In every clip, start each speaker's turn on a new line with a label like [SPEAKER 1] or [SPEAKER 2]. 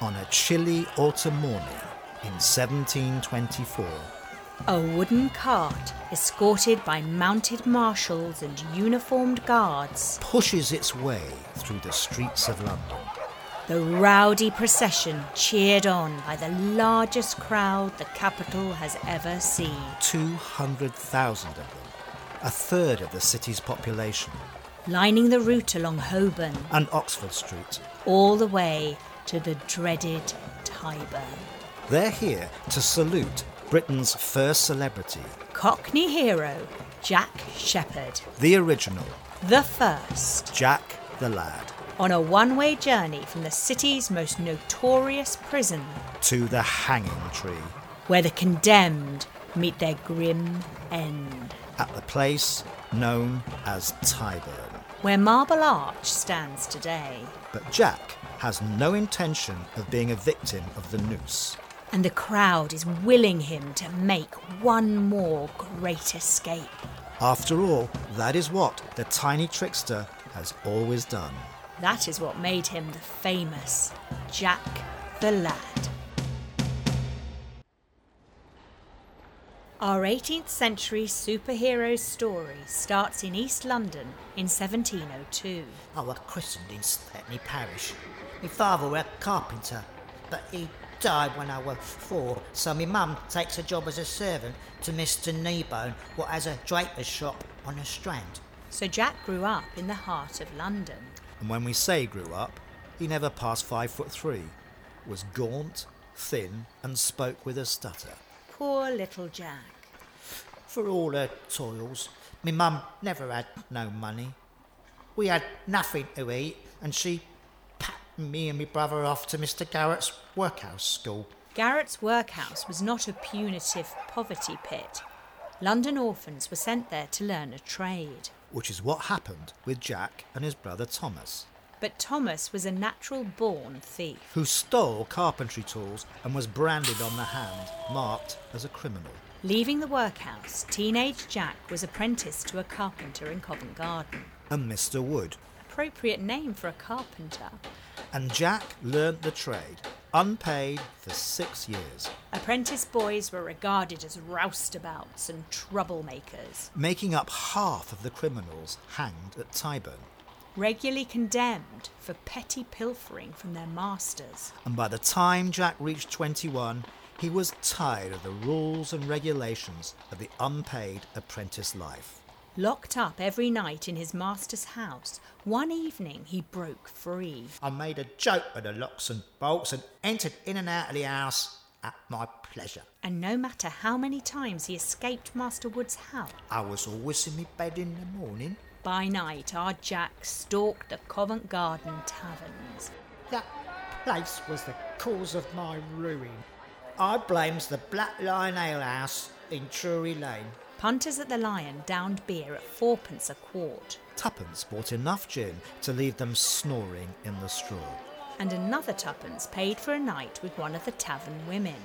[SPEAKER 1] on a chilly autumn morning in 1724.
[SPEAKER 2] A wooden cart, escorted by mounted marshals and uniformed guards,
[SPEAKER 1] pushes its way through the streets of London.
[SPEAKER 2] the rowdy procession cheered on by the largest crowd the capital has ever seen.
[SPEAKER 1] 200,000 of them, a third of the city's population,
[SPEAKER 2] lining the route along Holborn
[SPEAKER 1] and Oxford Street.
[SPEAKER 2] all the way to the dreaded Tyburn.
[SPEAKER 1] They're here to salute Britain's first celebrity,
[SPEAKER 2] Cockney hero Jack Sheppard,
[SPEAKER 1] the original,
[SPEAKER 2] the first,
[SPEAKER 1] Jack the Lad,
[SPEAKER 2] on a one way journey from the city's most notorious prison,
[SPEAKER 1] to the hanging tree
[SPEAKER 2] where the condemned meet their grim end,
[SPEAKER 1] at the place known as Tyburn.
[SPEAKER 2] where Marble Arch stands today,
[SPEAKER 1] But Jack has no intention of being a victim of the noose.
[SPEAKER 2] and the crowd is willing him to make one more great escape.
[SPEAKER 1] After all, that is what the tiny trickster has always done.
[SPEAKER 2] That is what made him the famous Jack the Lad. Our 18th century superhero story starts in East London in 1702.
[SPEAKER 3] I was Oh, christened in Stepney Parish. My father were a carpenter, but he died when I was four, so my mum takes a job as a servant to Mr. Kneebone, what has a draper's shop on the Strand.
[SPEAKER 2] So Jack grew up in the heart of London.
[SPEAKER 1] And when we say grew up, he never passed five foot three, was gaunt, thin, and spoke with a stutter.
[SPEAKER 2] Poor little Jack.
[SPEAKER 3] For all her toils, my mum never had no money. We had nothing to eat, and she packed me and my brother off to Mr. Garrett's workhouse school.
[SPEAKER 2] Garrett's workhouse was not a punitive poverty pit. London orphans were sent there to learn a trade.
[SPEAKER 1] which is what happened with Jack and his brother Thomas,
[SPEAKER 2] But Thomas was a natural born thief.
[SPEAKER 1] who stole carpentry tools and was branded on the hand, marked as a criminal.
[SPEAKER 2] Leaving the workhouse, teenage Jack was apprenticed to a carpenter in Covent Garden.
[SPEAKER 1] And Mr. Wood.
[SPEAKER 2] Appropriate name for a carpenter.
[SPEAKER 1] And Jack learnt the trade, unpaid for six years,
[SPEAKER 2] Apprentice boys were regarded as roustabouts and troublemakers,
[SPEAKER 1] making up half of the criminals hanged at Tyburn.
[SPEAKER 2] regularly condemned for petty pilfering from their masters.
[SPEAKER 1] And by the time Jack reached 21, he was tired of the rules and regulations of the unpaid apprentice life.
[SPEAKER 2] Locked up every night in his master's house, one evening he broke free.
[SPEAKER 3] I made a joke of the locks and bolts and entered in and out of the house at my pleasure.
[SPEAKER 2] And no matter how many times he escaped Master Wood's house,
[SPEAKER 3] I was always in my bed in the morning.
[SPEAKER 2] by night our Jack stalked the Covent Garden taverns.
[SPEAKER 3] That place was the cause of my ruin. I blames the Black Lion Ale House in Drury Lane.
[SPEAKER 2] Punters at the Lion downed beer at fourpence a quart,
[SPEAKER 1] Tuppence bought enough gin to leave them snoring in the straw.
[SPEAKER 2] and another twopence paid for a night with one of the tavern women.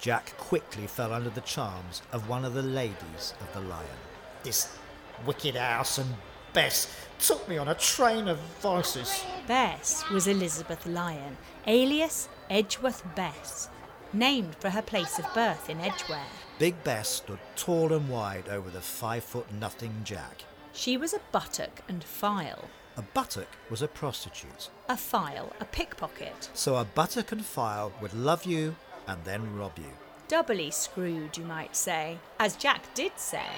[SPEAKER 1] Jack quickly fell under the charms of one of the ladies of the Lion.
[SPEAKER 3] This wicked house and Bess took me on a train of vices.
[SPEAKER 2] Bess was Elizabeth Lyon, alias Edgeworth Bess, named for her place of birth in Edgware.
[SPEAKER 1] Big Bess stood tall and wide over the five foot nothing Jack.
[SPEAKER 2] She was a buttock and file.
[SPEAKER 1] A buttock was a prostitute,
[SPEAKER 2] A file, a pickpocket.
[SPEAKER 1] so a buttock and file would love you and then rob you.
[SPEAKER 2] Doubly screwed, you might say, as Jack did say.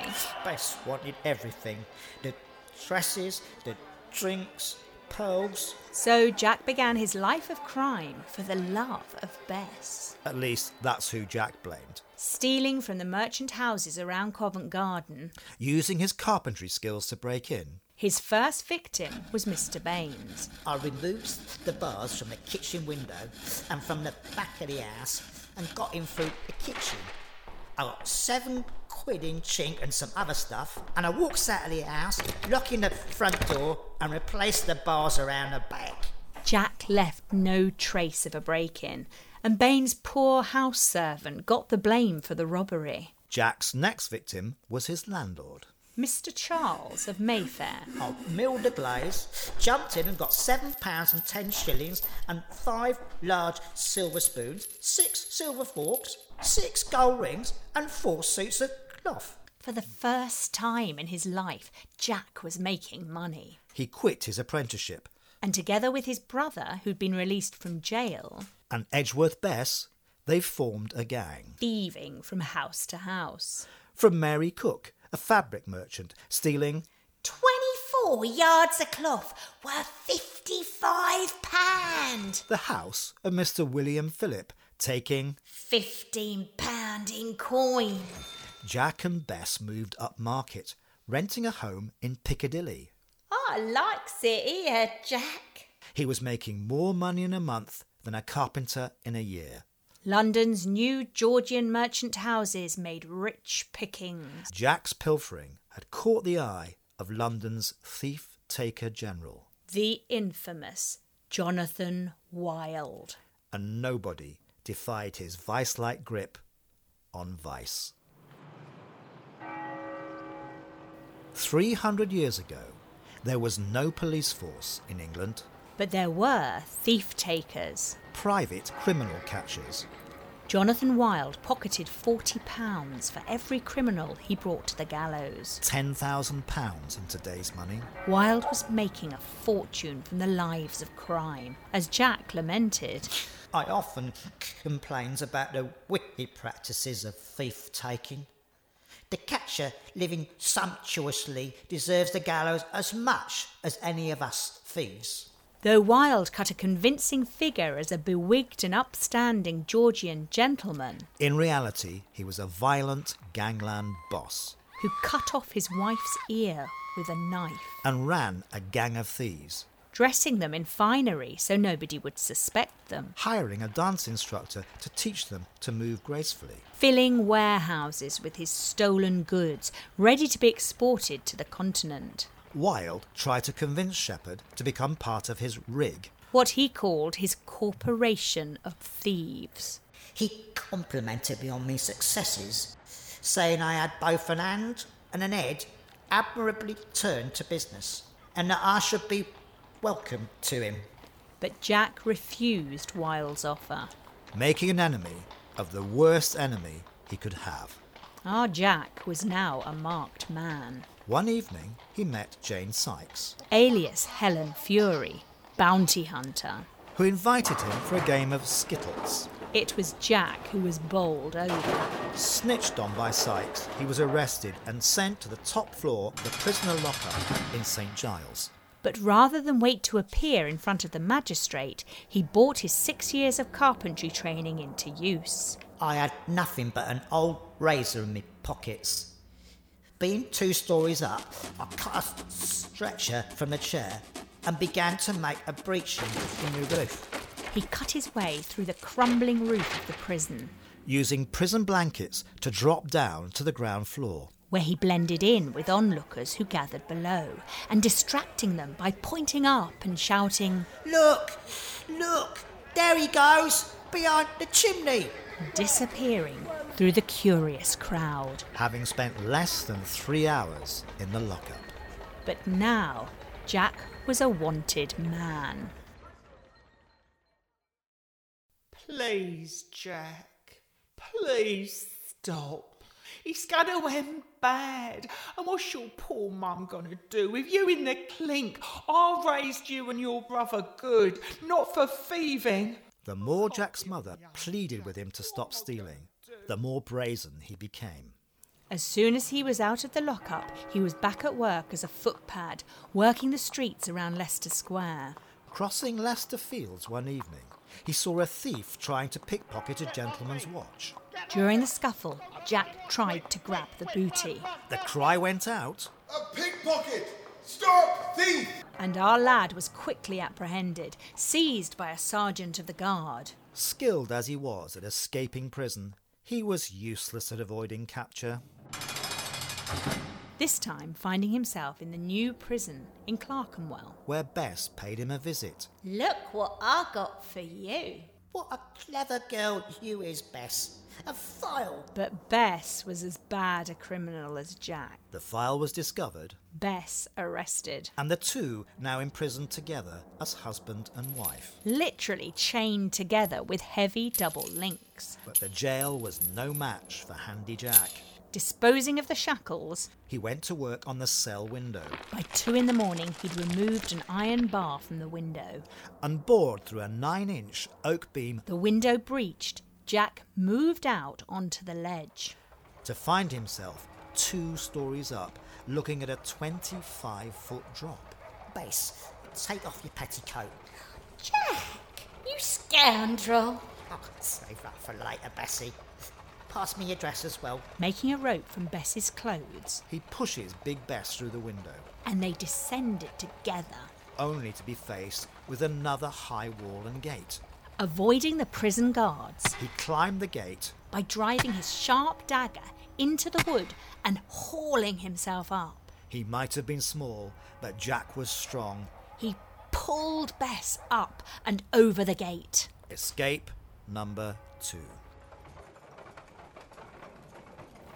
[SPEAKER 3] Bess wanted everything the dresses, the drinks, pearls.
[SPEAKER 2] So Jack began his life of crime for the love of Bess.
[SPEAKER 1] At least that's who Jack blamed.
[SPEAKER 2] stealing from the merchant houses around Covent Garden.
[SPEAKER 1] Using his carpentry skills to break in,
[SPEAKER 2] His first victim was Mr. Baines.
[SPEAKER 3] I removed the bars from the kitchen window and from the back of the house and got in through the kitchen. I got seven quid in chink and some other stuff, and I walked out of the house, locking the front door, and replaced the bars around the back.
[SPEAKER 2] Jack left no trace of a break in, and Baines' poor house servant got the blame for the robbery.
[SPEAKER 1] Jack's next victim was his landlord.
[SPEAKER 2] Mr. Charles of Mayfair.
[SPEAKER 3] I milled the glaze, jumped in and got seven pounds and ten shillings and five large silver spoons, six silver forks, six gold rings, and four suits of cloth.
[SPEAKER 2] For the first time in his life, Jack was making money.
[SPEAKER 1] He quit his apprenticeship,
[SPEAKER 2] And together with his brother, who'd been released from jail,
[SPEAKER 1] and Edgeworth Bess, they formed a gang.
[SPEAKER 2] thieving from house to house.
[SPEAKER 1] From Mary Cook, a fabric merchant, stealing
[SPEAKER 4] 24 yards of cloth were 55 pound.
[SPEAKER 1] the house of Mr. William Phillip, taking
[SPEAKER 4] 15 pound in coin.
[SPEAKER 1] Jack and Bess moved upmarket, renting a home in Piccadilly.
[SPEAKER 2] Ah,
[SPEAKER 4] I likes it here, Jack.
[SPEAKER 1] He was making more money in a month than a carpenter in a year.
[SPEAKER 2] London's new Georgian merchant houses made rich pickings.
[SPEAKER 1] Jack's pilfering had caught the eye of London's thief taker general,
[SPEAKER 2] The infamous Jonathan Wild.
[SPEAKER 1] and nobody defied his vice like grip on vice. 300 years ago, there was no police force in England,
[SPEAKER 2] But there were thief takers.
[SPEAKER 1] private criminal catchers.
[SPEAKER 2] Jonathan Wild pocketed £40 for every criminal he brought to the gallows.
[SPEAKER 1] £10,000 in today's money.
[SPEAKER 2] Wild was making a fortune from the lives of crime, as Jack lamented.
[SPEAKER 3] I often complains about the wicked practices of thief taking. The catcher living sumptuously deserves the gallows as much as any of us thieves.
[SPEAKER 2] Though Wilde cut a convincing figure as a bewigged and upstanding Georgian gentleman
[SPEAKER 1] In reality, he was a violent gangland boss
[SPEAKER 2] who cut off his wife's ear with a knife,
[SPEAKER 1] and ran a gang of thieves,
[SPEAKER 2] dressing them in finery so nobody would suspect them,
[SPEAKER 1] hiring a dance instructor to teach them to move gracefully.
[SPEAKER 2] filling warehouses with his stolen goods, ready to be exported to the continent.
[SPEAKER 1] Wilde tried to convince Shepherd to become part of his rig.
[SPEAKER 2] What he called his corporation of thieves.
[SPEAKER 3] He complimented me on my successes, saying I had both an hand and an head admirably turned to business, and that I should be welcome to him.
[SPEAKER 2] But Jack refused Wilde's offer.
[SPEAKER 1] making an enemy of the worst enemy he could have.
[SPEAKER 2] Our Ah, Jack was now a marked man.
[SPEAKER 1] One evening, he met Jane Sykes,
[SPEAKER 2] alias Helen Fury, bounty hunter.
[SPEAKER 1] who invited him for a game of skittles.
[SPEAKER 2] It was Jack who was bowled over.
[SPEAKER 1] Snitched on by Sykes, he was arrested and sent to the top floor of the prisoner locker in St Giles.
[SPEAKER 2] But rather than wait to appear in front of the magistrate, he brought his six years of carpentry training into use.
[SPEAKER 3] I had nothing but an old razor in my pockets. Being two stories up, I cut a s- stretcher from the chair and began to make a breaching in the roof.
[SPEAKER 2] He cut his way through the crumbling roof of the prison,
[SPEAKER 1] Using prison blankets to drop down to the ground floor.
[SPEAKER 2] where he blended in with onlookers who gathered below, and distracting them by pointing up and shouting,
[SPEAKER 3] Look! Look! There he goes! Behind the chimney!
[SPEAKER 2] disappearing through the curious crowd.
[SPEAKER 1] Having spent less than three hours in the lockup.
[SPEAKER 2] But now, Jack was a wanted man.
[SPEAKER 5] Please, Jack. Please stop. It's going to end bad. And what's your poor mum going to do with you in the clink? I raised you and your brother good, not for thieving.
[SPEAKER 1] The more Jack's mother pleaded with him to stop stealing, the more brazen he became.
[SPEAKER 2] As soon as he was out of the lockup, he was back at work as a footpad, working the streets around Leicester Square.
[SPEAKER 1] Crossing Leicester Fields one evening, he saw a thief trying to pickpocket a gentleman's watch.
[SPEAKER 2] During the scuffle, Jack tried to grab the booty,
[SPEAKER 1] The cry went out,
[SPEAKER 6] A pickpocket! Stop thief!
[SPEAKER 2] and our lad was quickly apprehended, seized by a sergeant of the guard.
[SPEAKER 1] skilled as he was at escaping prison, he was useless at avoiding capture.
[SPEAKER 2] This time, finding himself in the new prison in Clerkenwell.
[SPEAKER 1] Where Bess paid him a visit,
[SPEAKER 4] Look what I got for you.
[SPEAKER 3] What a clever girl you is, Bess. A file.
[SPEAKER 2] But Bess was as bad a criminal as Jack.
[SPEAKER 1] The file was discovered,
[SPEAKER 2] Bess arrested,
[SPEAKER 1] and the two now imprisoned together as husband and wife.
[SPEAKER 2] literally chained together with heavy double links.
[SPEAKER 1] But the jail was no match for Handy Jack.
[SPEAKER 2] Disposing of the shackles,
[SPEAKER 1] He went to work on the cell window
[SPEAKER 2] by two in the morning he'd removed an iron bar from the window.
[SPEAKER 1] and bored through a nine inch oak beam
[SPEAKER 2] The window breached. Jack moved out onto the ledge.
[SPEAKER 1] to find himself two stories up, looking at a 25 foot drop.
[SPEAKER 3] Bess, take off your petticoat.
[SPEAKER 4] Jack, you scoundrel.
[SPEAKER 3] Oh, save that for later, Bessie. Pass me your dress as well.
[SPEAKER 2] Making a rope from Bess's clothes,
[SPEAKER 1] He pushes Big Bess through the window,
[SPEAKER 2] and they descended together.
[SPEAKER 1] only to be faced with another high wall and gate.
[SPEAKER 2] Avoiding the prison guards
[SPEAKER 1] He climbed the gate
[SPEAKER 2] by driving his sharp dagger into the wood and hauling himself up.
[SPEAKER 1] He might have been small, but Jack was strong.
[SPEAKER 2] He pulled Bess up and over the gate.
[SPEAKER 1] Escape number two.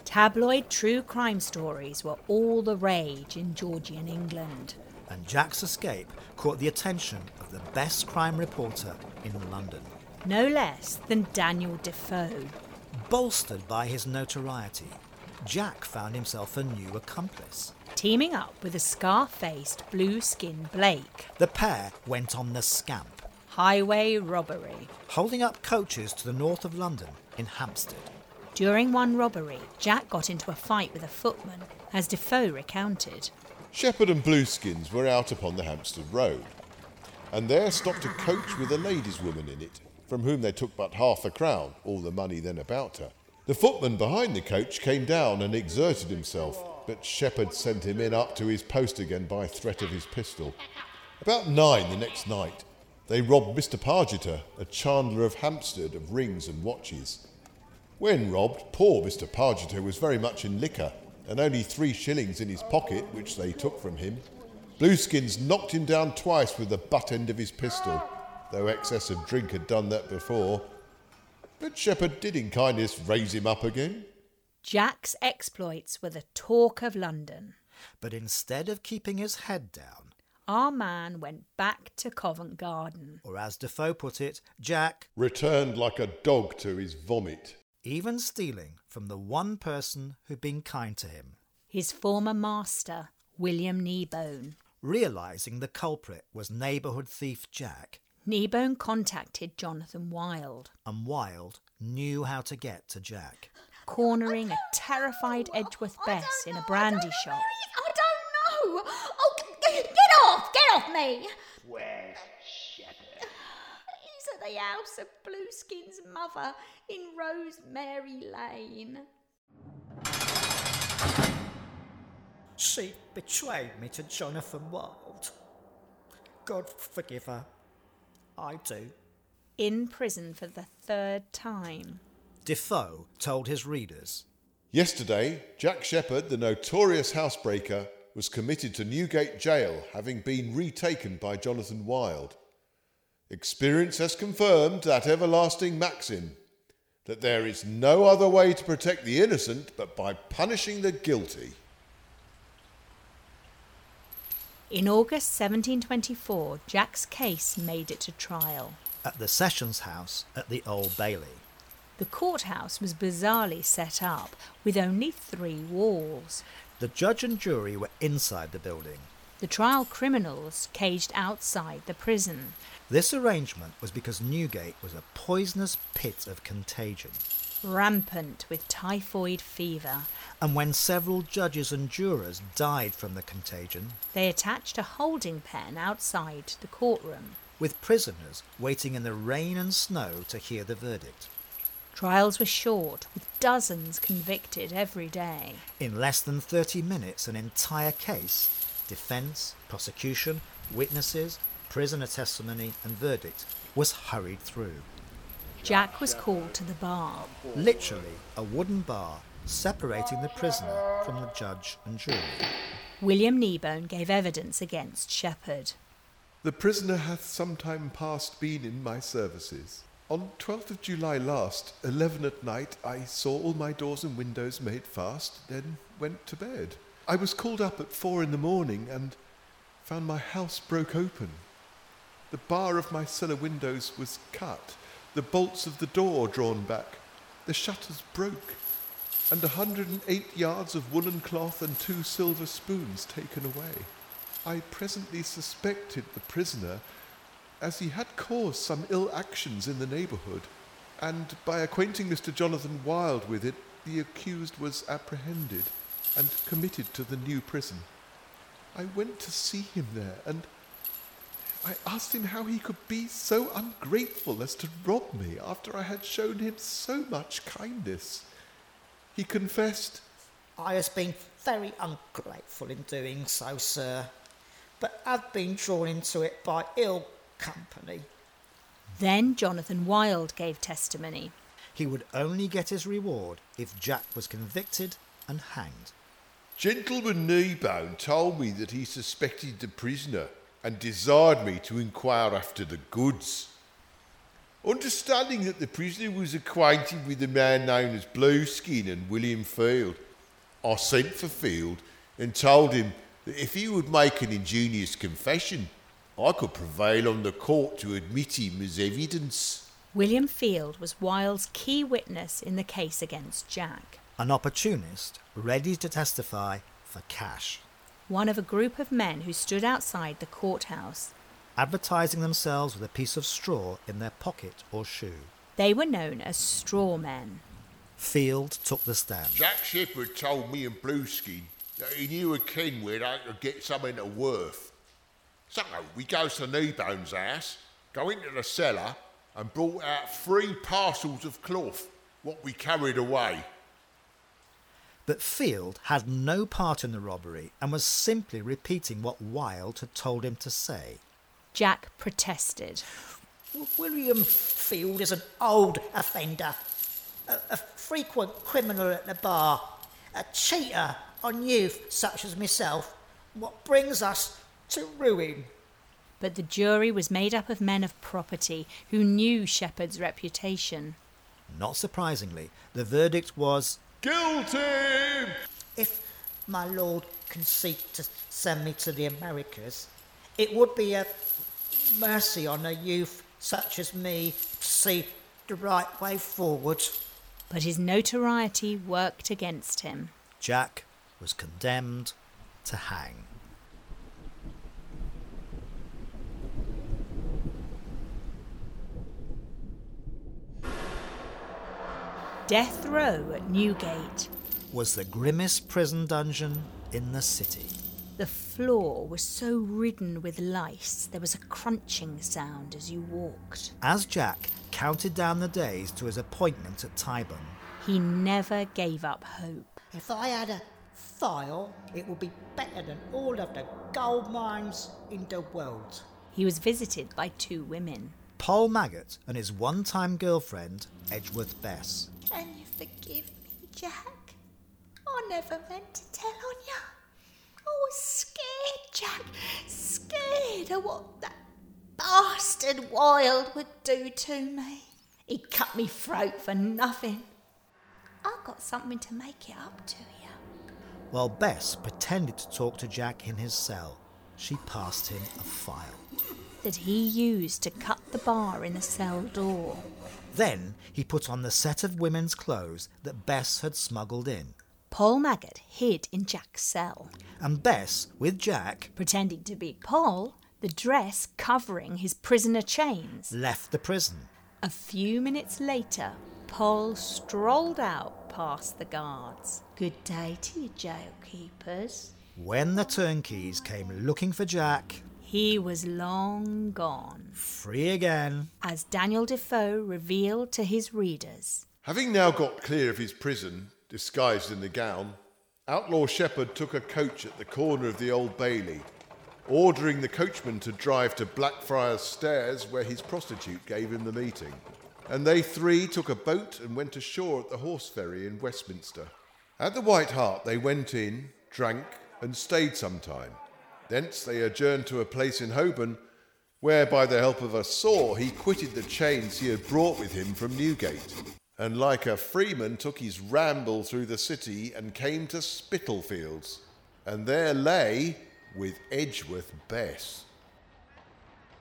[SPEAKER 2] Tabloid true crime stories were all the rage in Georgian England.
[SPEAKER 1] And Jack's escape caught the attention of the best crime reporter in London.
[SPEAKER 2] No less than Daniel Defoe,
[SPEAKER 1] Bolstered by his notoriety, Jack found himself a new accomplice.
[SPEAKER 2] teaming up with a scar faced blue skinned Blake.
[SPEAKER 1] The pair went on the scamp,
[SPEAKER 2] Highway robbery.
[SPEAKER 1] holding up coaches to the north of London in Hampstead.
[SPEAKER 2] During one robbery, Jack got into a fight with a footman, as Defoe recounted.
[SPEAKER 7] Shepherd and Blueskins were out upon the Hampstead Road, and there stopped a coach with a ladies' woman in it, from whom they took but half a crown, all the money then about her. The footman behind the coach came down and exerted himself, but Shepherd sent him in up to his post again by threat of his pistol. About nine the next night, they robbed Mr. Pargeter, a chandler of Hampstead, of rings and watches. When robbed, poor Mr. Pargeter was very much in liquor, and only three shillings in his pocket, which they took from him. Blueskins knocked him down twice with the butt end of his pistol, though excess of drink had done that before. But Shepherd did in kindness raise him up again.
[SPEAKER 2] Jack's exploits were the talk of London.
[SPEAKER 1] But instead of keeping his head down,
[SPEAKER 2] Our man went back to Covent Garden.
[SPEAKER 1] or as Defoe put it, Jack
[SPEAKER 7] Returned like a dog to his vomit.
[SPEAKER 1] even stealing from the one person who'd been kind to him.
[SPEAKER 2] His former master, William Kneebone.
[SPEAKER 1] Realising the culprit was neighbourhood thief Jack,
[SPEAKER 2] Kneebone contacted Jonathan Wilde,
[SPEAKER 1] and Wilde knew how to get to Jack.
[SPEAKER 2] cornering a terrified Edgeworth
[SPEAKER 4] I
[SPEAKER 2] Bess
[SPEAKER 4] don't
[SPEAKER 2] in a
[SPEAKER 4] know, I
[SPEAKER 2] brandy
[SPEAKER 4] don't
[SPEAKER 2] shop.
[SPEAKER 4] know. I don't know. Oh, g- g- get off! Get off me!
[SPEAKER 8] Where's Shepherd?
[SPEAKER 4] He's at the house of Blueskin's mother in Rosemary Lane.
[SPEAKER 3] She betrayed me to Jonathan Wilde. God forgive her. I do.
[SPEAKER 2] In prison for the third time.
[SPEAKER 1] Defoe told his readers
[SPEAKER 7] Yesterday, Jack Shepherd, the notorious housebreaker, was committed to Newgate Jail, having been retaken by Jonathan Wilde. Experience has confirmed that everlasting maxim that there is no other way to protect the innocent but by punishing the guilty.
[SPEAKER 2] In August 1724, Jack's case made it to trial.
[SPEAKER 1] at the Sessions House at the Old Bailey.
[SPEAKER 2] The courthouse was bizarrely set up, with only three walls.
[SPEAKER 1] The judge and jury were inside the building.
[SPEAKER 2] The trial criminals caged outside the prison.
[SPEAKER 1] This arrangement was because Newgate was a poisonous pit of contagion,
[SPEAKER 2] rampant with typhoid fever.
[SPEAKER 1] and when several judges and jurors died from the contagion,
[SPEAKER 2] They attached a holding pen outside the courtroom.
[SPEAKER 1] with prisoners waiting in the rain and snow to hear the verdict.
[SPEAKER 2] Trials were short, with dozens convicted every day.
[SPEAKER 1] In less than 30 minutes, an entire case defense, prosecution, witnesses, prisoner testimony, and verdict was hurried through.
[SPEAKER 2] Jack was called to the bar.
[SPEAKER 1] Literally, a wooden bar separating the prisoner from the judge and jury.
[SPEAKER 2] William Kneebone gave evidence against Shepherd.
[SPEAKER 9] The prisoner hath some time past been in my services,
[SPEAKER 7] On 12th of July last, 11 at night, I saw all my doors and windows made fast, then went to bed. I was called up at 4 in the morning and found my house broke open. The bar of my cellar windows was cut, the bolts of the door drawn back, the shutters broke, and 108 yards of woolen cloth and two silver spoons taken away. I presently suspected the prisoner, as he had caused some ill actions in the neighbourhood, and by acquainting Mr. Jonathan Wild with it, the accused was apprehended and committed to the new prison. I went to see him there, and I asked him how he could be so ungrateful as to rob me after I had shown him so much kindness. He confessed,
[SPEAKER 3] I has been very ungrateful in doing so, sir, but I've been drawn into it by ill company.
[SPEAKER 2] Then Jonathan Wild gave testimony.
[SPEAKER 1] He would only get his reward if Jack was convicted and hanged.
[SPEAKER 6] Gentleman Kneebone told me that he suspected the prisoner and desired me to inquire after the goods. Understanding that the prisoner was acquainted with a man known as Blueskin and William Field, I sent for Field and told him that if he would make an ingenious confession, I could prevail on the court to admit him as evidence.
[SPEAKER 2] William Field was Wild's key witness in the case against Jack,
[SPEAKER 1] An opportunist ready to testify for cash,
[SPEAKER 2] one of a group of men who stood outside the courthouse.
[SPEAKER 1] advertising themselves with a piece of straw in their pocket or shoe.
[SPEAKER 2] They were known as straw men.
[SPEAKER 1] Field took the stand.
[SPEAKER 6] Jack Shepherd told me and Blueskin that he knew a ken where they could get something to worth. So we goes to Kneebone's house, go into the cellar, and brought out three parcels of cloth, what we carried away.
[SPEAKER 1] But Field had no part in the robbery and was simply repeating what Wilde had told him to say.
[SPEAKER 2] Jack protested.
[SPEAKER 3] W- William Field is an old offender, a, a frequent criminal at the bar, a cheater on youth such as myself, what brings us to ruin.
[SPEAKER 2] But the jury was made up of men of property who knew Shepherd's reputation.
[SPEAKER 1] Not surprisingly, the verdict was
[SPEAKER 6] Guilty!
[SPEAKER 3] If my lord can seek to send me to the Americas, it would be a mercy on a youth such as me to see the right way forward.
[SPEAKER 2] But his notoriety worked against him.
[SPEAKER 1] Jack was condemned to hang.
[SPEAKER 2] Death Row at Newgate.
[SPEAKER 1] Was the grimmest prison dungeon in the city.
[SPEAKER 2] The floor was so ridden with lice there was a crunching sound as you walked.
[SPEAKER 1] As Jack counted down the days to his appointment at Tyburn,
[SPEAKER 2] He never gave up hope.
[SPEAKER 3] If I had a file, it would be better than all of the gold mines in the world.
[SPEAKER 2] He was visited by two women.
[SPEAKER 1] Paul Maggot and his one time girlfriend, Edgeworth Bess,
[SPEAKER 4] Can you forgive me, Jack? I never meant to tell on you. I was scared, Jack. Scared of what that bastard Wild would do to me. He cut me throat for nothing. I've got something to make it up to you.
[SPEAKER 1] while Bess pretended to talk to Jack in his cell. She passed him a file.
[SPEAKER 2] that he used to cut the bar in the cell door.
[SPEAKER 1] Then he put on the set of women's clothes that Bess had smuggled in,
[SPEAKER 2] Paul Maggot hid in Jack's cell,
[SPEAKER 1] and Bess, with Jack,
[SPEAKER 2] pretending to be Paul, the dress covering his prisoner chains.
[SPEAKER 1] left the prison.
[SPEAKER 2] A few minutes later, Paul strolled out past the guards.
[SPEAKER 4] Good day to you, jailkeepers.
[SPEAKER 1] When the turnkeys came looking for Jack,
[SPEAKER 2] He was long gone,
[SPEAKER 1] free again,
[SPEAKER 2] as Daniel Defoe revealed to his readers.
[SPEAKER 6] Having now got clear of his prison, disguised in the gown, Outlaw Shepherd took a coach at the corner of the Old Bailey, ordering the coachman to drive to Blackfriars Stairs where his prostitute gave him the meeting. And they three took a boat and went ashore at the Horse Ferry in Westminster. At the White Hart they went in, drank, and stayed some time. Thence they adjourned to a place in Holborn where by the help of a saw he quitted the chains he had brought with him from Newgate, and like a freeman took his ramble through the city and came to Spitalfields, and there lay with Edgeworth Bess.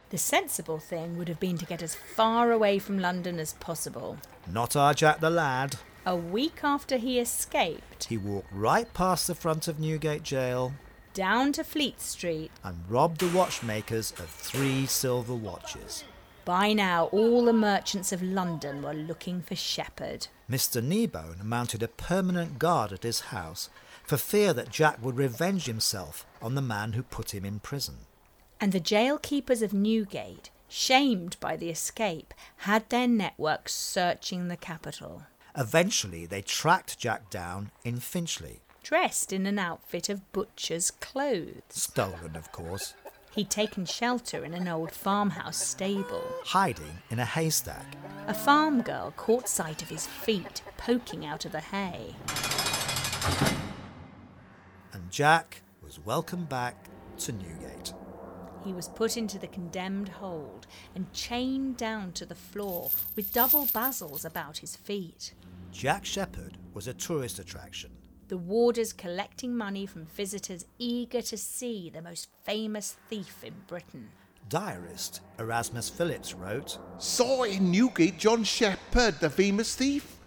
[SPEAKER 2] The sensible thing would have been to get as far away from London as possible.
[SPEAKER 1] Not our Jack the lad.
[SPEAKER 2] A week after he escaped,
[SPEAKER 1] He walked right past the front of Newgate Jail
[SPEAKER 2] down to Fleet Street.
[SPEAKER 1] and robbed the watchmakers of three silver watches.
[SPEAKER 2] By now, all the merchants of London were looking for Shepherd.
[SPEAKER 1] Mr. Kneebone mounted a permanent guard at his house for fear that Jack would revenge himself on the man who put him in prison.
[SPEAKER 2] And the jail keepers of Newgate, shamed by the escape, had their network searching the capital,
[SPEAKER 1] Eventually, they tracked Jack down in Finchley,
[SPEAKER 2] dressed in an outfit of butcher's clothes.
[SPEAKER 1] stolen, of course,
[SPEAKER 2] He'd taken shelter in an old farmhouse stable.
[SPEAKER 1] hiding in a haystack.
[SPEAKER 2] A farm girl caught sight of his feet poking out of the hay.
[SPEAKER 1] And Jack was welcomed back to Newgate.
[SPEAKER 2] He was put into the condemned hold and chained down to the floor with double basils about his feet.
[SPEAKER 1] Jack Shepherd was a tourist attraction.
[SPEAKER 2] The warders collecting money from visitors eager to see the most famous thief in Britain.
[SPEAKER 1] Diarist Erasmus Phillips wrote,
[SPEAKER 10] Saw in Newgate John Shepherd, the famous thief,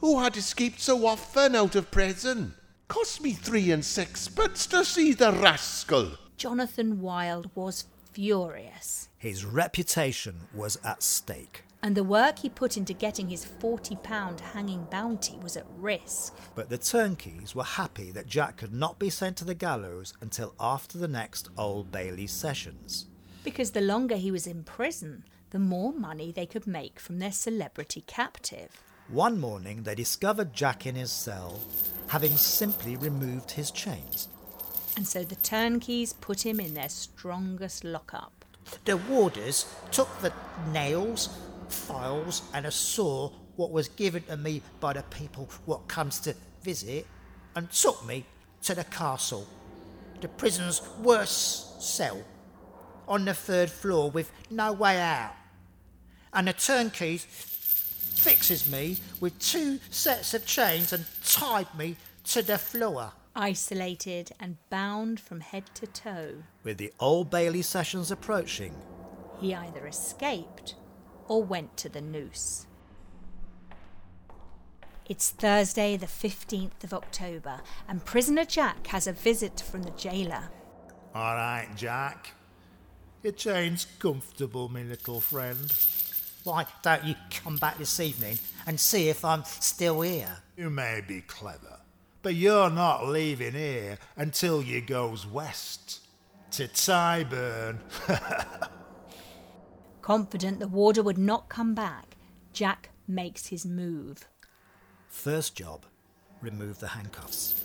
[SPEAKER 10] who had escaped so often out of prison. Cost me three and sixpence to see the rascal.
[SPEAKER 2] Jonathan Wilde was furious,
[SPEAKER 1] his reputation was at stake.
[SPEAKER 2] and the work he put into getting his £40 hanging bounty was at risk.
[SPEAKER 1] But the turnkeys were happy that Jack could not be sent to the gallows until after the next Old Bailey sessions.
[SPEAKER 2] Because the longer he was in prison, the more money they could make from their celebrity captive.
[SPEAKER 1] One morning they discovered Jack in his cell, having simply removed his chains.
[SPEAKER 2] And so the turnkeys put him in their strongest lockup.
[SPEAKER 3] The warders took the nails, files, and a saw, what was given to me by the people what comes to visit, and took me to the castle, the prison's worst cell, on the third floor with no way out. And the turnkey fixes me with two sets of chains and tied me to the floor.
[SPEAKER 2] Isolated and bound from head to toe,
[SPEAKER 1] With the Old Bailey sessions approaching,
[SPEAKER 2] he either escaped or went to the noose. It's Thursday, the 15th of October, and prisoner Jack has a visit from the jailer.
[SPEAKER 11] All right, Jack. Your chain's comfortable, my little friend.
[SPEAKER 3] Why don't you come back this evening and see if I'm still here?
[SPEAKER 11] You may be clever, but you're not leaving here until you goes west to Tyburn.
[SPEAKER 2] Confident the warder would not come back, Jack makes his move.
[SPEAKER 1] first job, remove the handcuffs.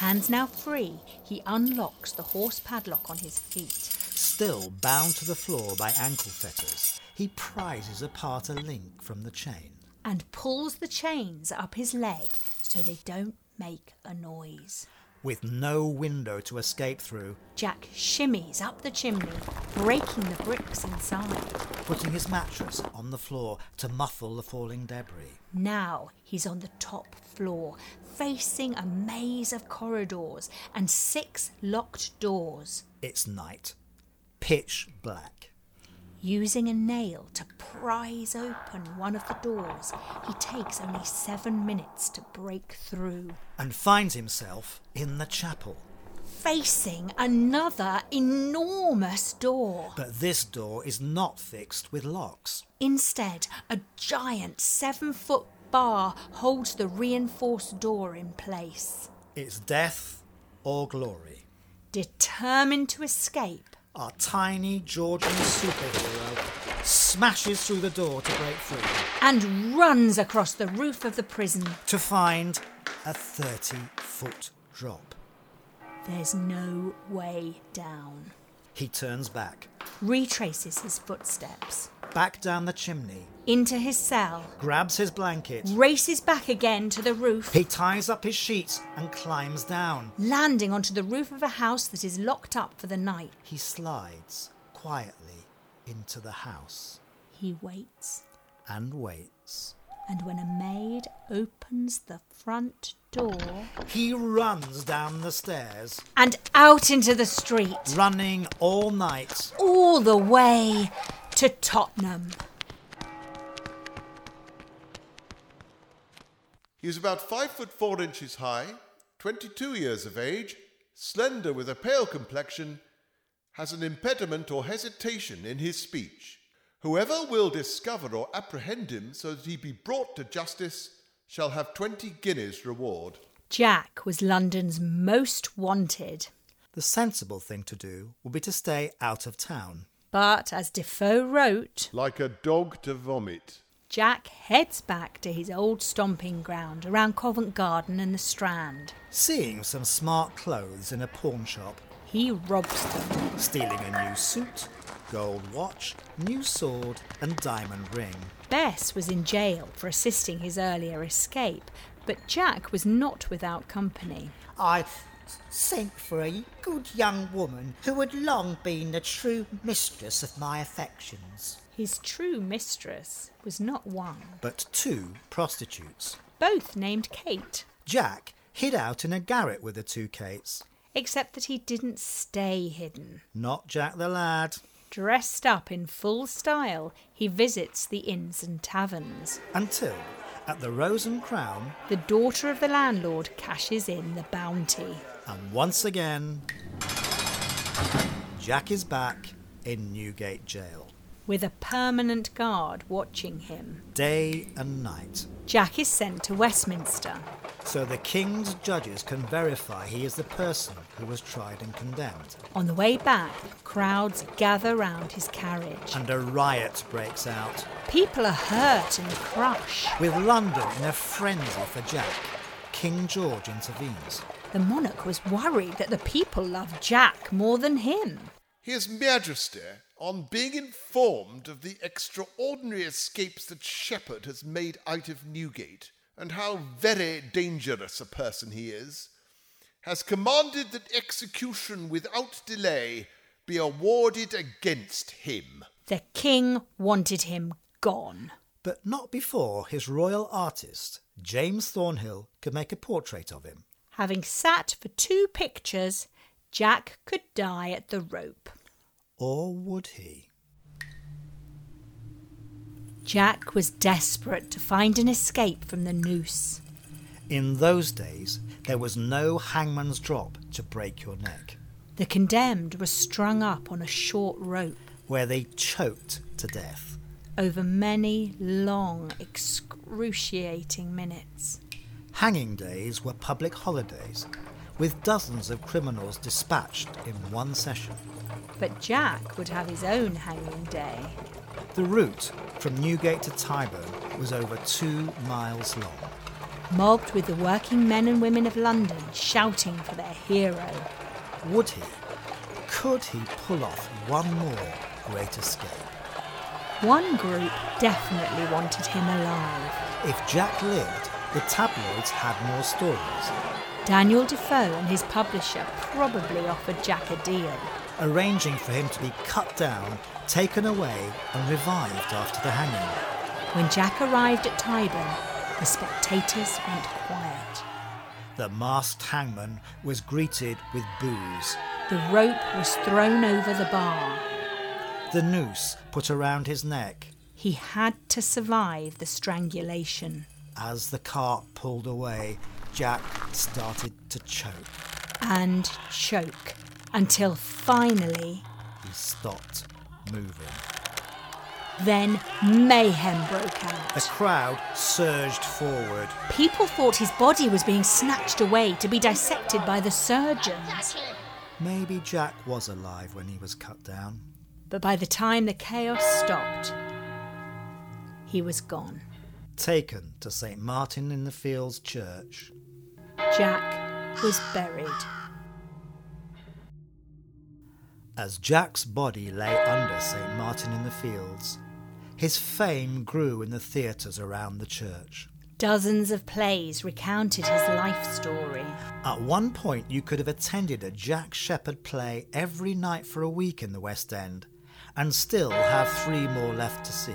[SPEAKER 2] Hands now free, he unlocks the horse padlock on his feet.
[SPEAKER 1] Still bound to the floor by ankle fetters, he prizes apart a link from the chain.
[SPEAKER 2] and pulls the chains up his leg so they don't make a noise.
[SPEAKER 1] With no window to escape through,
[SPEAKER 2] Jack shimmies up the chimney, breaking the bricks inside.
[SPEAKER 1] putting his mattress on the floor to muffle the falling debris.
[SPEAKER 2] Now he's on the top floor, facing a maze of corridors and six locked doors.
[SPEAKER 1] It's night. Pitch black.
[SPEAKER 2] Using a nail to prise open one of the doors, he takes only seven minutes to break through.
[SPEAKER 1] And finds himself in the chapel.
[SPEAKER 2] Facing another enormous door.
[SPEAKER 1] But this door is not fixed with locks.
[SPEAKER 2] Instead, a giant seven foot bar holds the reinforced door in place.
[SPEAKER 1] It's death or glory.
[SPEAKER 2] Determined to escape,
[SPEAKER 1] Our tiny Georgian superhero smashes through the door to break through
[SPEAKER 2] and runs across the roof of the prison,
[SPEAKER 1] to find a 30 foot drop.
[SPEAKER 2] there's no way down.
[SPEAKER 1] He turns back,
[SPEAKER 2] Retraces his footsteps
[SPEAKER 1] back down the chimney,
[SPEAKER 2] into his cell,
[SPEAKER 1] grabs his blanket.
[SPEAKER 2] races back again to the roof,
[SPEAKER 1] He ties up his sheets and climbs down.
[SPEAKER 2] landing onto the roof of a house that is locked up for the night.
[SPEAKER 1] He slides quietly into the house
[SPEAKER 2] He waits,
[SPEAKER 1] and waits.
[SPEAKER 2] and when a maid opens the front door
[SPEAKER 1] He runs down the stairs,
[SPEAKER 2] and out into the street,
[SPEAKER 1] running all night.
[SPEAKER 2] all the way to Tottenham.
[SPEAKER 6] He was about five foot four inches high, 22 years of age, slender with a pale complexion, has an impediment or hesitation in his speech. Whoever will discover or apprehend him so that he be brought to justice shall have 20 guineas reward.
[SPEAKER 2] Jack was London's most wanted,
[SPEAKER 1] The sensible thing to do would be to stay out of town.
[SPEAKER 2] but as Defoe wrote,
[SPEAKER 6] Like a dog to vomit.
[SPEAKER 2] Jack heads back to his old stomping ground around Covent Garden and the Strand.
[SPEAKER 1] Seeing some smart clothes in a pawn shop,
[SPEAKER 2] He robs them.
[SPEAKER 1] stealing a new suit, gold watch, new sword, and diamond ring.
[SPEAKER 2] Bess was in jail for assisting his earlier escape, but Jack was not without company.
[SPEAKER 3] I sent for a good young woman who had long been the true mistress of my affections.
[SPEAKER 2] His true mistress was not one,
[SPEAKER 1] But two prostitutes.
[SPEAKER 2] both named Kate,
[SPEAKER 1] Jack hid out in a garret with the two Kates.
[SPEAKER 2] except that he didn't stay hidden.
[SPEAKER 1] Not Jack the lad.
[SPEAKER 2] Dressed up in full style, he visits the inns and taverns.
[SPEAKER 1] Until, at the Rose and Crown,
[SPEAKER 2] The daughter of the landlord cashes in the bounty.
[SPEAKER 1] and once again, Jack is back in Newgate Jail.
[SPEAKER 2] with a permanent guard watching him.
[SPEAKER 1] Day and night.
[SPEAKER 2] Jack is sent to Westminster.
[SPEAKER 1] So the King's judges can verify he is the person who was tried and condemned.
[SPEAKER 2] On the way back, crowds gather round his carriage.
[SPEAKER 1] And a riot breaks out,
[SPEAKER 2] People are hurt and crushed.
[SPEAKER 1] with London in a frenzy for Jack. King George intervenes.
[SPEAKER 2] The monarch was worried that the people loved Jack more than him.
[SPEAKER 10] His Majesty, on being informed of the extraordinary escapes that Shepherd has made out of Newgate, and how very dangerous a person he is, has commanded that execution without delay be awarded against him.
[SPEAKER 2] The king wanted him gone.
[SPEAKER 1] But not before his royal artist, James Thornhill, could make a portrait of him.
[SPEAKER 2] Having sat for two pictures, Jack could die at the rope.
[SPEAKER 1] Or would he?
[SPEAKER 2] Jack was desperate to find an escape from the noose.
[SPEAKER 1] In those days, there was no hangman's drop to break your neck,
[SPEAKER 2] The condemned was strung up on a short rope.
[SPEAKER 1] where they choked to death.
[SPEAKER 2] over many long, excruciating minutes.
[SPEAKER 1] Hanging days were public holidays, with dozens of criminals dispatched in one session.
[SPEAKER 2] But Jack would have his own hanging day.
[SPEAKER 1] The route from Newgate to Tyburn was over two miles long.
[SPEAKER 2] Mobbed with the working men and women of London shouting for their hero,
[SPEAKER 1] Would he? Could he pull off one more great escape?
[SPEAKER 2] one group definitely wanted him alive.
[SPEAKER 1] If Jack lived, the tabloids had more stories,
[SPEAKER 2] Daniel Defoe and his publisher probably offered Jack a deal.
[SPEAKER 1] arranging for him to be cut down, taken away, and revived after the hanging.
[SPEAKER 2] When Jack arrived at Tyburn, the spectators went quiet.
[SPEAKER 1] The masked hangman was greeted with boos,
[SPEAKER 2] The rope was thrown over the bar.
[SPEAKER 1] the noose put around his neck
[SPEAKER 2] He had to survive the strangulation.
[SPEAKER 1] As the cart pulled away, Jack started to choke.
[SPEAKER 2] and choke until finally,
[SPEAKER 1] He stopped moving.
[SPEAKER 2] then mayhem broke
[SPEAKER 1] The
[SPEAKER 2] out.
[SPEAKER 1] crowd surged forward.
[SPEAKER 2] People thought his body was being snatched away to be dissected by the surgeons.
[SPEAKER 1] Maybe Jack was alive when he was cut down.
[SPEAKER 2] But by the time the chaos stopped, he was gone.
[SPEAKER 1] Taken to St. Martin in the Fields Church.
[SPEAKER 2] Jack was buried.
[SPEAKER 1] As Jack's body lay under St. Martin in the Fields, his fame grew in the theatres around the church.
[SPEAKER 2] Dozens of plays recounted his life story.
[SPEAKER 1] At one point, you could have attended a Jack Shepherd play every night for a week in the West End and still have three more left to see.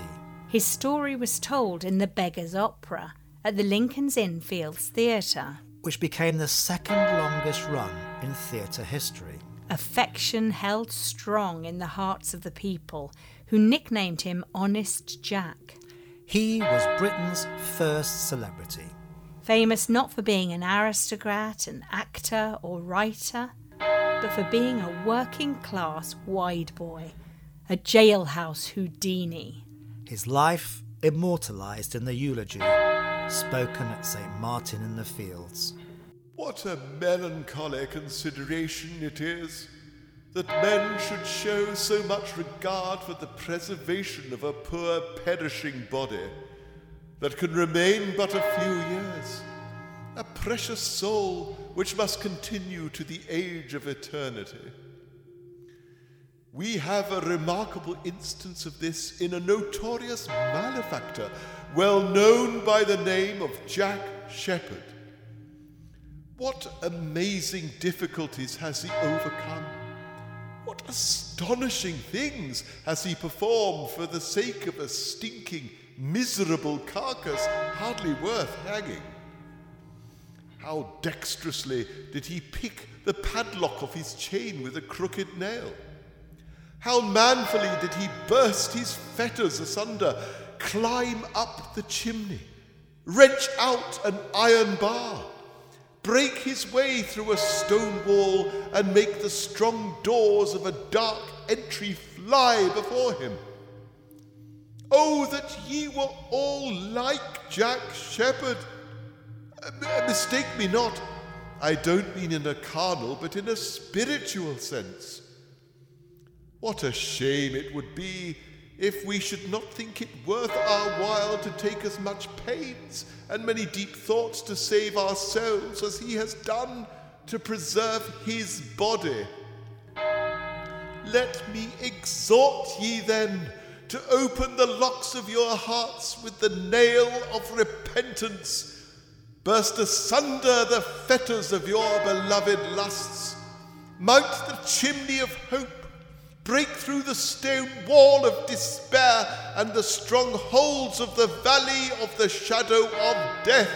[SPEAKER 2] His story was told in The Beggar's Opera at the Lincoln's Inn Fields Theatre.
[SPEAKER 1] which became the second longest run in theatre history.
[SPEAKER 2] Affection held strong in the hearts of the people, who nicknamed him Honest Jack.
[SPEAKER 1] He was Britain's first celebrity.
[SPEAKER 2] Famous not for being an aristocrat, an actor, or writer, but for being a working class wide boy, a jailhouse Houdini.
[SPEAKER 1] His life immortalised in the eulogy spoken at St Martin in the Fields.
[SPEAKER 7] What a melancholy consideration it is that men should show so much regard for the preservation of a poor perishing body that can remain but a few years, a precious soul which must continue to the age of eternity. We have a remarkable instance of this in a notorious malefactor, well known by the name of Jack Shepherd. What amazing difficulties has he overcome? What astonishing things has he performed for the sake of a stinking, miserable carcass hardly worth hanging? How dexterously did he pick the padlock of his chain with a crooked nail? How manfully did he burst his fetters asunder, climb up the chimney, wrench out an iron bar, break his way through a stone wall, and make the strong doors of a dark entry fly before him. Oh, that ye were all like Jack Shepherd! M- uh, Mistake me not, I don't mean in a carnal, but in a spiritual sense. What a shame it would be if we should not think it worth our while to take as much pains and many deep thoughts to save ourselves as he has done to preserve his body. Let me exhort ye then to open the locks of your hearts with the nail of repentance, burst asunder the fetters of your beloved lusts, mount the chimney of hope, break through the stone wall of despair and the strongholds of the valley of the shadow of death.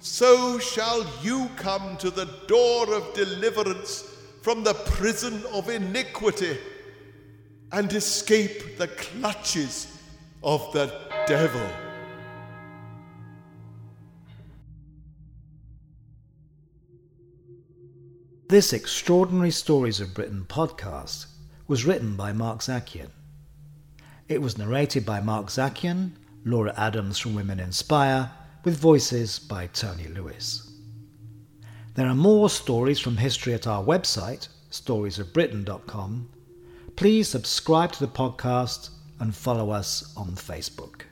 [SPEAKER 7] So shall you come to the door of deliverance from the prison of iniquity and escape the clutches of the devil.
[SPEAKER 1] This Extraordinary Stories of Britain podcast was written by Mark Zakian. It was narrated by Mark Zakian, Laura Adams from Women Inspire, with voices by Tony Lewis. There are more stories from history at our website, storiesofbritain.com. Please subscribe to the podcast and follow us on Facebook.